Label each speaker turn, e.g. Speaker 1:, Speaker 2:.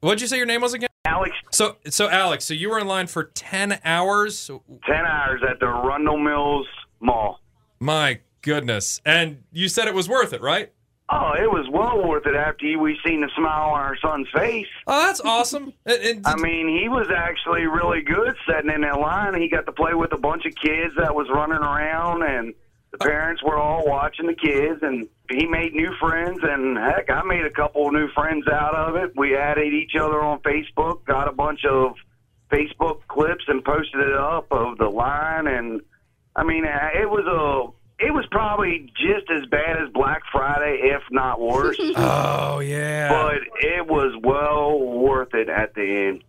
Speaker 1: What'd you say your name was again?
Speaker 2: Alex,
Speaker 1: So, so Alex, so you were in line for ten hours.
Speaker 2: 10 hours at the Rundle Mills Mall.
Speaker 1: My goodness! And you said it was worth it, right?
Speaker 2: Oh, it was well worth it after you- we seen the smile on our son's face.
Speaker 1: Oh, that's awesome. And- and-
Speaker 2: I mean, he was actually really good sitting in that line. He got to play with a bunch of kids that was running around, and the parents were all watching the kids. And he made new friends, and heck, I made a couple of new friends out of it. We added each other on Facebook, got a bunch of Facebook clips, and posted it up of the line. And I mean, uh, it was a, it was probably just as bad as Black Friday, if not worse.
Speaker 1: oh yeah.
Speaker 2: but it was well worth it at the end.